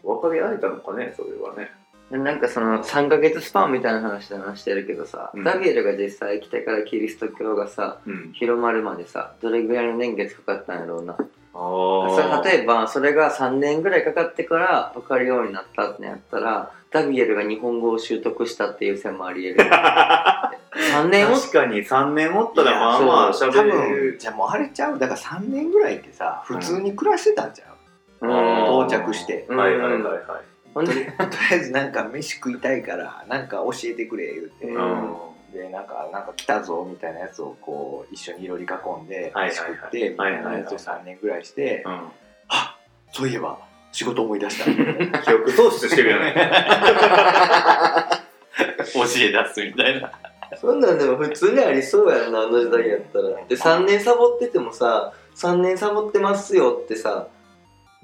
A: 分かり合えたのかねそれはね
B: なんかその3ヶ月スパンみたいな話で話してるけどさ、
A: うん
B: ザビエルが実際来てからキリスト教がさ
A: うん
B: 広まるまでさどれぐらいの年月かかったんやろうなそ
A: あ
B: れ例えばそれが3年ぐらいかかってから分かるようになったってやったらザビエルが日本語を習得したっていう線もありえ る3年も
A: 確かに3年おったらまあ
B: いや
A: まあ
C: 多
A: 喋れ
C: 分
A: る
C: じゃあもうあれちゃうだから3年ぐらいってさ普通に暮らしてたんちゃう、
B: うん
C: 到着して
B: うん
A: はいはいはいはい
B: ほんで
C: とりあえずなんか飯食いたいからなんか教えてくれ言うて、
B: う
A: うん
C: でなんかなんか来たぞみたいなやつをこう一緒にいろり囲んで
A: はいはいはい
C: 飯食ってみたいなやつを3年ぐらいして、
A: ん
C: あそういえば仕事思い出したみたい な
A: 記憶 喪失してるやない
C: 教え出すみたいな
B: そんなんでも普通にありそうやんなあの時代やったらで3年サボっててもさ3年サボってますよってさ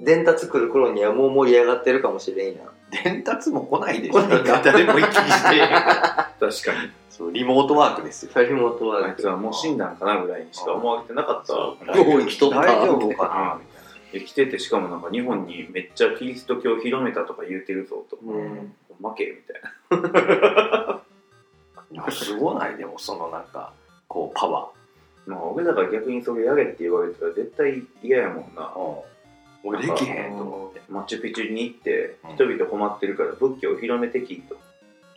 B: 伝達来る頃にはもう盛り上がってるかもしれんやん
C: 伝達も来ないでしょ
B: 来ないか
C: 誰も行き来して
A: 確かに
C: そうリモートワークですよ
B: リモートワ
A: あ
B: ー
A: い
B: ク
A: つはもう死んだんかなぐらいにしか思われてなかった から
B: そうおい来とった
C: 大丈夫かな
A: ああで来ててしかもなんか日本にめっちゃキリスト教広めたとか言うてるぞと
B: うん
A: 負けみたいな
C: なんかすごないでもそのなんかこうパワ
A: まあ俺だから逆にそれやれって言われたら絶対嫌やもんな
C: ー、俺できへんと思って
A: マチュピチュに行って
C: うん
A: 人々困ってるから仏教を広めてきと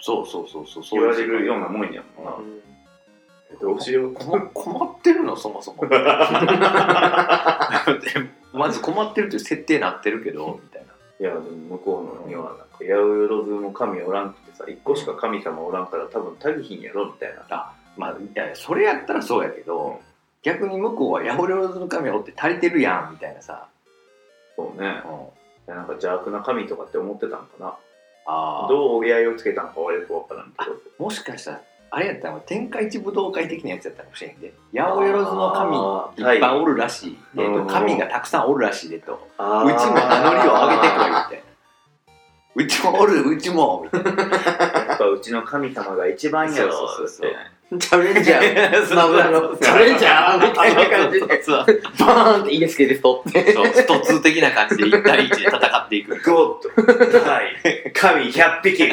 C: そうそうそうそうそう
A: 言われるようなもんやもんな
B: うん
A: どうしよう
C: こ困ってるのそもそ もでまず困ってるという設定になってるけどみたいない
A: やでも向こうのにはなんか八百万も神おらんくてさ一個しか神様おらんから多分足りひんやろみたいな
C: まあいやそれやったらそうやけど、
A: うん
C: 逆に向こうは八百万の神おって足りてるやんみたいなさ、
A: そうね
C: うん
A: いやなんか邪悪な神とかって思ってたんかな
C: あー
A: どう折り合いをつけたんか俺よくわからんけど
C: もしかしたらあれやったら天下一武道会的なやつやったかもしれんで八百万の神
A: あー
C: いっぱいおるらしい、え
A: はい
C: ー
A: うん
C: と神がたくさんおるらしいでと、う
A: あー
C: ちも名乗りを上げてこい みたいなうちもおるうちもみたいな
A: やっぱうちの神様が一番やろ
C: そうそうそうそう
B: チャレンジャ ースマブラのチャレンジャーみたいな感じで
C: そう
B: バーンっていいですけどとって
C: そうスト2的な感じで1対1で戦っていく
A: ゴッドはい神100匹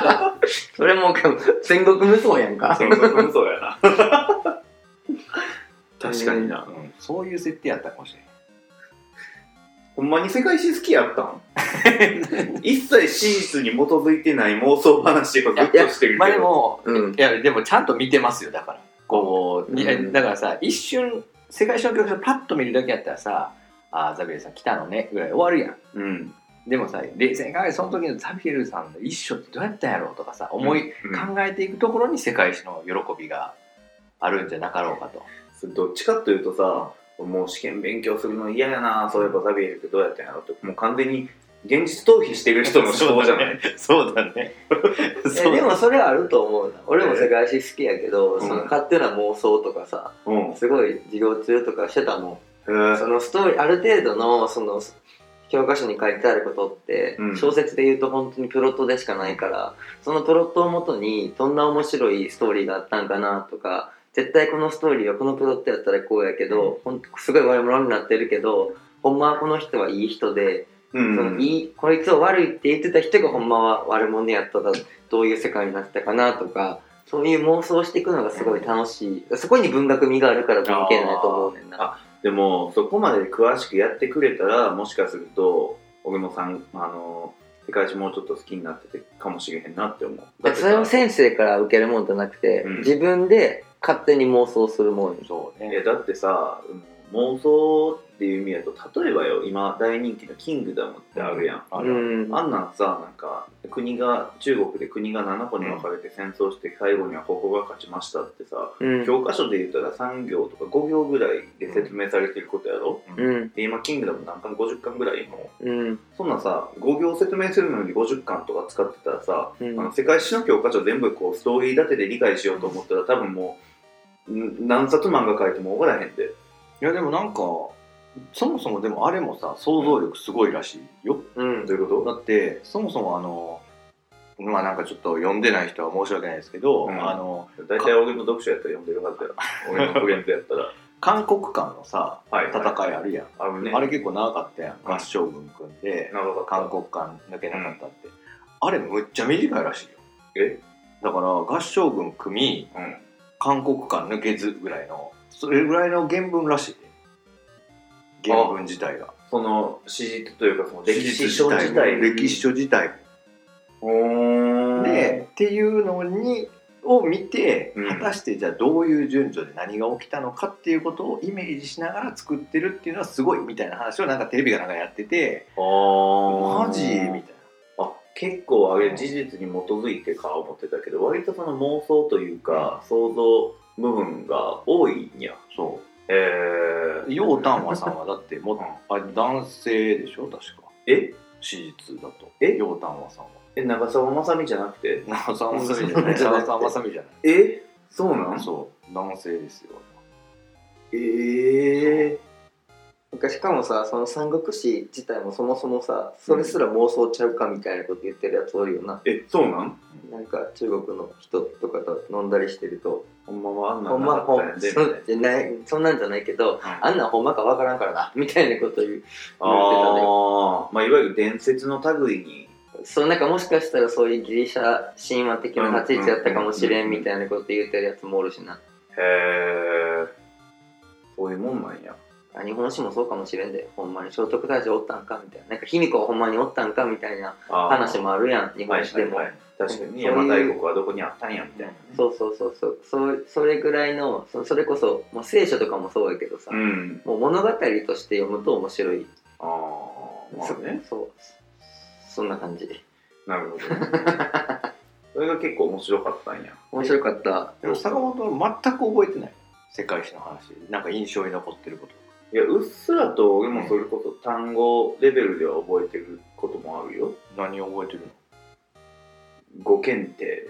B: それもう戦国無双や んか
A: 戦国無双やな確かにな、
C: うんそういう設定やったかもしれん
A: ほんまに世界史好きやったん 一切史実に基づいてない妄想話をずっとしてるけど
C: まあでも
B: うん
C: いやでもちゃんと見てますよだからこう、いや
B: うん
C: だからさ一瞬世界史の教科書パッと見るだけやったらさ「ああザビエルさん来たのね」ぐらい終わるやん
A: うん
C: でもさ冷静に考えてその時のザビエルさんの一生ってどうやったんやろうとかさ思い、
A: うん
C: 考えていくところに世界史の喜びがあるんじゃなかろうかと
A: それどっちかというとさもう試験勉強するの嫌やなそういえばザビエルってどうやったんやろってもう完全に現実逃避してる人の思考じゃない
C: そうだね
B: えでもそれはあると思うな俺も世界史好きやけど、
A: うん
B: その勝手な妄想とかさ
A: うん
B: すごい授業中とかしてたも
A: へ
B: ん
A: ー
B: そのストーリーある程度のその教科書に書いてあることって、
A: うん
B: 小説で言うと本当にプロットでしかないからそのプロットをもとにどんな面白いストーリーがあったんかなとか絶対このストーリーはこのプロットやったらこうやけど、ほんとすごい悪者になってるけどほんまはこの人はいい人で
A: う
B: そのいいこいつを悪いって言ってた人がほんまは悪者やったらどういう世界になってたかなとかそういう妄想をしていくのがすごい楽しいそこに文学味があるから文系ないと思うねん
A: あー
B: な
A: でもそこまで詳しくやってくれたらもしかすると俺もさんあの世界史もうちょっと好きになっててかもしれへんなって思うだ
B: だ
A: っ
B: から
A: て
B: それ
A: さ
B: を先生から受けるもんじゃなくて、
A: うん
B: 自分で勝手に妄想するもんよ
C: そう
A: いや
C: ね
A: だってさうん妄想っていう意味だと例えばよ今大人気の「キングダム」ってあるやん、
C: あ
B: う
C: る
B: ん
A: あんなんさなんか国が中国で国が7個に分かれて戦争して最後にはここが勝ちましたってさ
B: うん
A: 教科書で言ったら3行とか5行ぐらいで説明されてることやろ
B: うん
A: で今「キングダム」何巻50巻ぐらいもう
B: うん
A: そんなさ5行説明するのに50巻とか使ってたらさ、
B: う
A: あの
B: ん
A: 世界史の教科書全部こうストーリー立てで理解しようと思ったら多分もうん何冊漫画書いても終わらへんで
C: いやでもなんかそもそもでもあれもさ想像力すごいらしいよ
B: うん
A: どういうこ
C: だってそもそもあのまあなんかちょっと読んでない人は申し訳ないですけど、
A: うん
C: あの
A: と大体俺の読書やったら読んでるはずや俺のフレンズやったら
C: 韓国間のさ
A: はい
C: 戦いあるやん、
A: あるね
C: あれ結構長かったやん合唱軍組んで
A: 長かった
C: 韓国間抜けなかったって、あれむっちゃ短いらしいよ
A: え
C: だから合唱軍組み
A: うん
C: 韓国間抜けずぐらいのそれぐらいの原文らしいね原文自体が
A: その史実というかその歴史書自
C: も
A: 体
C: 歴史書自体も
A: お
C: で、っていうのにを見て
A: うん
C: 果たしてじゃあどういう順序で何が起きたのかっていうことをイメージしながら作ってるっていうのはすごいみたいな話をなんかテレビがなんかやってて
A: あー
C: マジみたいな
A: あ結構あれ事実に基づいてか思ってたけど割とその妄想というか想像部分が多いんや
C: そ
A: え
C: う楊丹和さんはだってもうあれ男性でしょ確か
A: え
C: 史実だと
A: え
C: 楊丹和さんは
A: え、長澤まさみじゃなくて。
C: 長澤ま さみじゃない。
A: じゃなく
C: 長
A: て
C: 澤まさみじゃな。
A: えそうないん
C: そう、男性ですよ。
A: ええ
B: なんかしかもさその三国志自体もそもそもさそれすら妄想ちゃうかみたいなこと言ってるやつおるよな、
A: え、そうなん
B: なんか中国の人とかと飲んだりしてると
A: ほんまはあんな
B: ほ
A: ん
B: ん
A: な
B: ま
A: かっ
B: ほ
A: たんや
B: ん
A: で。
B: そんじゃないそんなんじゃないけどあんなんほんまかわからんからなみたいなこと言う
A: ああ、まあ、いわゆる伝説の類に。
B: そうなんかもしかしたらそういうギリシャ神話的な立ち位置やったかもしれんみたいなこと言うてるやつもおるしな
A: へえ。そういうもんなんや。
B: あ日本史もそうかもしれんでほんまに聖徳太子おったんかみたいななんか卑弥呼ほんまにおったんかみたいな
A: あー
B: 話もあるやん日
A: はい
B: 本史
A: は
B: で
A: い
B: も、
A: はい。確かに、
B: そういう
A: 邪馬台国はどこにあったんやみたいなね。
B: そうそうそうそうそうそれぐらいのそそれこそ、まあ、聖書とかもそうやけどさ、
A: うん。
B: もう物語として読むと面白い、
A: ああ、まあね。
B: そそうそんな感じ
A: なるほどね。 それが結構面白かったんや。
B: 面白かった
C: でも坂本は全く覚えてない。世界史の話。なんか印象に残ってること。
A: いや、うっすらと俺もそれこそ単語レベルでは覚えてることもあるよ。
C: 何を覚えてる
A: 語検定、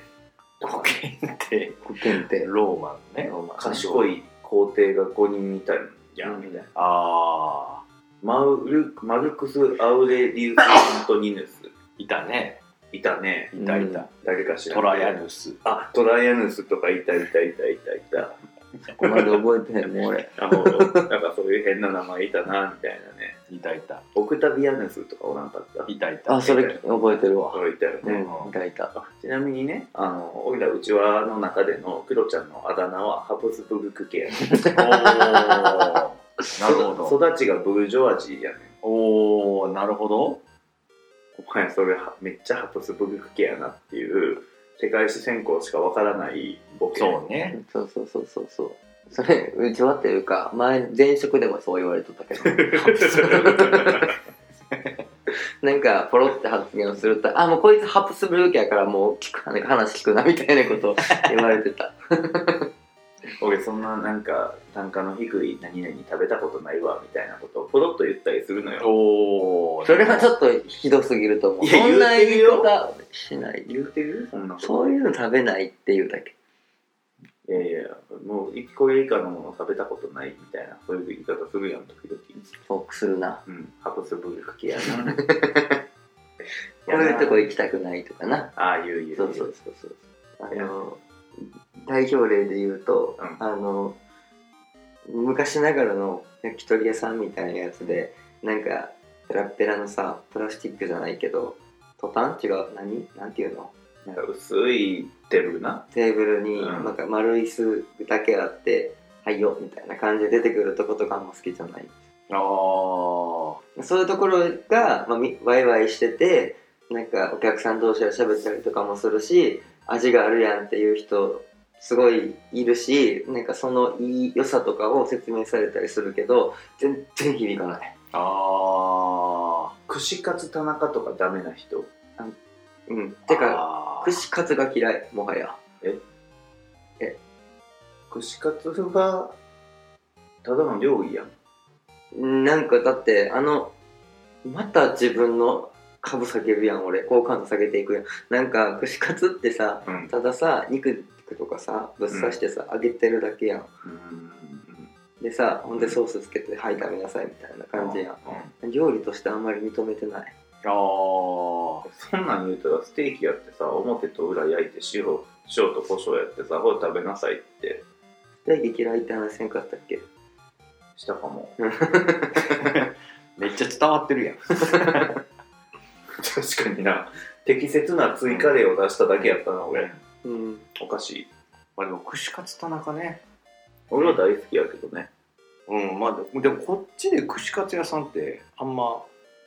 C: の語源って、
B: 古典って
C: ローマのね。
A: 賢い皇帝が5人いたんや、
B: うん
A: みたいな。
C: あ
A: マウルマルクス・アウレリウス・アントニヌス。
C: ー、いたね。
A: いたね。
C: いたいた。
A: 誰か知らんけ
C: ト
A: ど
C: ラヤヌス。
A: あ、トライアヌスとかいたいたいたいたいた。
B: そこまで覚えてへんもん俺
A: あの、なんかそういう変な名前いたな、みたいなね。
C: いたいた。
A: オクタビアヌスとかおらんかった。
C: いたいた。
B: あそれ覚えてるわ
A: そういたよね。
B: うんいたいた
A: あちなみにね、あの、おいらうちわの中でのクロちゃんのあだ名はハプスブルク系やね
C: おーなるほど。
A: 育ちがブルジョワジーやねん。
C: おー、なるほど。
A: お前それはめっちゃハプスブルク系やなっていう、世界史専攻しかわからないボケ。
C: そうね。
B: そうそうそうそうそうそれうちはっていうか前前職でもそう言われとったけど なんかポロって発言をすると「あもうこいつハプスブルクやからもう聞くなんか話聞くな」みたいなことを言われて た
A: 俺そんななんか単価の低い何々食べたことないわみたいなことをポロッと言ったりするのよ。
C: おー。
B: それはちょっとひどすぎると思う
A: いや
B: そんな
A: 言うて
B: 言
A: る
B: い
A: よ
B: 方しない
A: 言うてるそんなこと。
B: そういうの食べないっていうだけ
A: いやいや、もう1個以下のもの食べたことないみたいな、そういう言い方するやん、時々。
B: フォークするな
A: うん、ハプスブルク系や な。
B: こういうとこ行きたくないとかな
A: ああ、言う言う。
B: そうそうそうそうあの代表例で言うと、
A: うん
B: あの昔ながらの焼き鳥屋さんみたいなやつでなんかペラッペラのさプラスチックじゃないけどトタン違う何なんていうの
A: なんか薄いテーブルな。
B: テーブルに
A: うん
B: なんか丸い椅子だけあって「はいよ」みたいな感じで出てくるとことかあんま好きじゃない
C: あー。
B: そういうところが、まあ、みワイワイしててなんかお客さん同士が喋ったりとかもするし味があるやんっていう人すごいいるしなんかそのいい良さとかを説明されたりするけど全然響かない
C: あ
A: 串カツ田中とかダメな人。
B: うん
C: ー。
B: てか
C: あー
B: 串カツが嫌いもはや
A: 串カツは、ただの料理やん。
B: なんかだってあのまた自分の株下げるやん俺好感度下げていくやんなんか串カツってさ
A: うん。
B: たださ肉とかさぶっ刺してさ揚げてるだけやんでさほんでソースつけて「はい食べなさい」みたいな感じや
A: うん
B: ん料理としてあんまり認めてない
C: あー。
A: そんなん言うたらステーキやってさ表と裏焼いて塩塩と胡椒やってさほら食べなさいって
B: ステーキ嫌いって話せんかったっけ
A: したかも
C: めっちゃ伝わってるやん。
A: 確かにな適切な追加例を出しただけやったな俺
B: うん
A: おかしい
C: まあでも、串カツ田中ね。
A: 俺は大好きやけどね
C: うん、まあでも、でもこっちで串カツ屋さんってあんま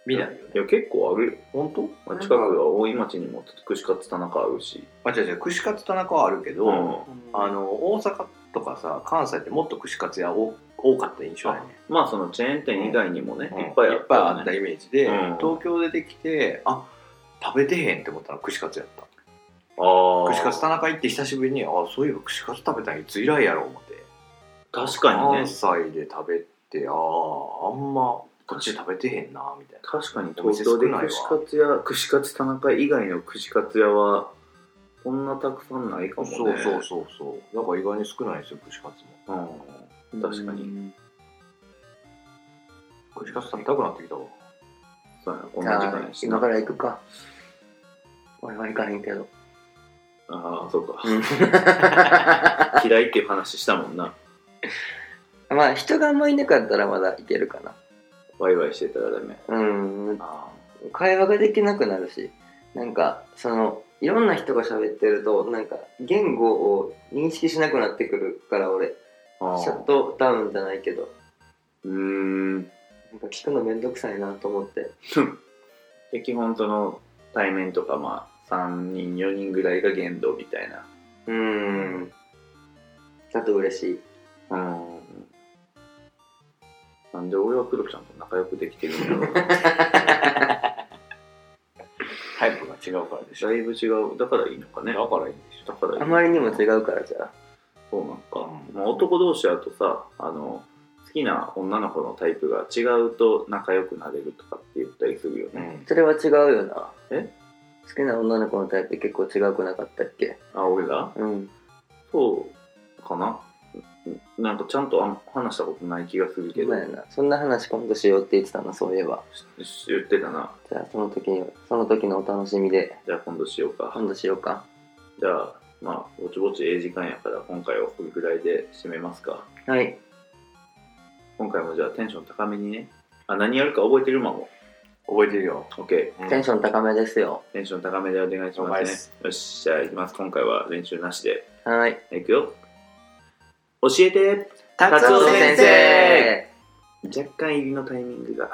C: 見ないよ
A: い
C: ね。
A: や結構あるよ、
C: 本当
A: まあ、近くは大井町にも串カツ田中あるし
C: あ、違う違う、串カツ田中はあるけど、
A: うん
C: あの、大阪とかさ、関西ってもっと串カツ屋多多かった印象やね。
A: まあそのチェーン店以外にもね、
C: うん
A: いっぱいあ
C: い
A: っ
C: っぱいあ
A: た,、
C: っ
A: ね、
C: たイメージで、
A: うん
C: 東京出てきて、あ、食べてへんって思ったら串カツやった。
A: ああ
C: 串カツ田中行って久しぶりに、あ、そういえば串カツ食べたんいつ以来やろう思って。
A: 確かにね
C: 関西で食べてあああんまこっち食べてへんなみたいな
A: 確かに
C: お
A: 東
C: 店少
A: 京で
C: ないわ
A: 串カツ屋串カツ田中以外の串カツ屋はこんなたくさんないかもね
C: そうそうそうそうなんか意外に少ないですよ串カツも
A: う
B: うん
A: ん、確かに
C: 串カツ食べたくなってきたわ
A: そうやなこん
B: じ
A: な
B: ゃ
A: 時
B: あ
A: 間やしな
B: 今から行くか俺は行かへんけど
A: ああそうか 嫌いっていう話したもんな
B: まあ人があんまいなかったらまだ行けるかな
A: ワイワイしてたらダメ
B: うん
A: あ
B: 会話ができなくなるしなんかそのいろんな人が喋ってるとなんか言語を認識しなくなってくるから俺シ
A: あ
B: ャットダウンじゃないけど
A: うーん
B: なんか聞くのめんどくさいなと思って
A: で基本その対面とかまあ3人4人ぐらいが限度みたいな
B: うんだと嬉しい
A: うんなんで俺は黒ちゃんと仲良くできてるんだろ う
C: タイプが違うからでしょ
A: だいぶ違うだからいいのかね
C: だからいいんでし
A: だ
C: ょ
A: からいい
B: あまりにも違うからじゃあ
A: そうなんか、
C: うん
A: まあ、男同士だとさあの好きな女の子のタイプが違うと仲良くなれるとかって言ったりするよ
C: う
A: ね、
C: ん
B: それは違うよな
A: え
B: 好きな女の子のタイプ結構違くなかったっけ
A: あ俺が
B: うん
A: そうかなうんなんかちゃんとあん話したことない気がするけど
B: 今やなそんな話今度しようって言ってたなそういえば
A: しし言ってたな
B: じゃあその時にその時のお楽しみで
A: じゃあ今度しようか、
B: 今度しようか
A: じゃあまあぼちぼちええ時間やから今回はこれぐらいで締めますか
B: はい
A: 今回もじゃあテンション高めにねあ何やるか覚えてるまも
C: 覚えてるよ
A: OK
B: テンション高めですよ
A: テンション高めでお願いし
C: 了
A: ま
C: 解
A: す
C: で
A: ねよし
C: す
A: じゃあいきます今回は練習なしで
B: はい
A: いくよ教えて
C: カ
A: カ
C: ツ
A: ツ
C: オ
A: オ先
C: 先生
A: 若干入りのタイミングが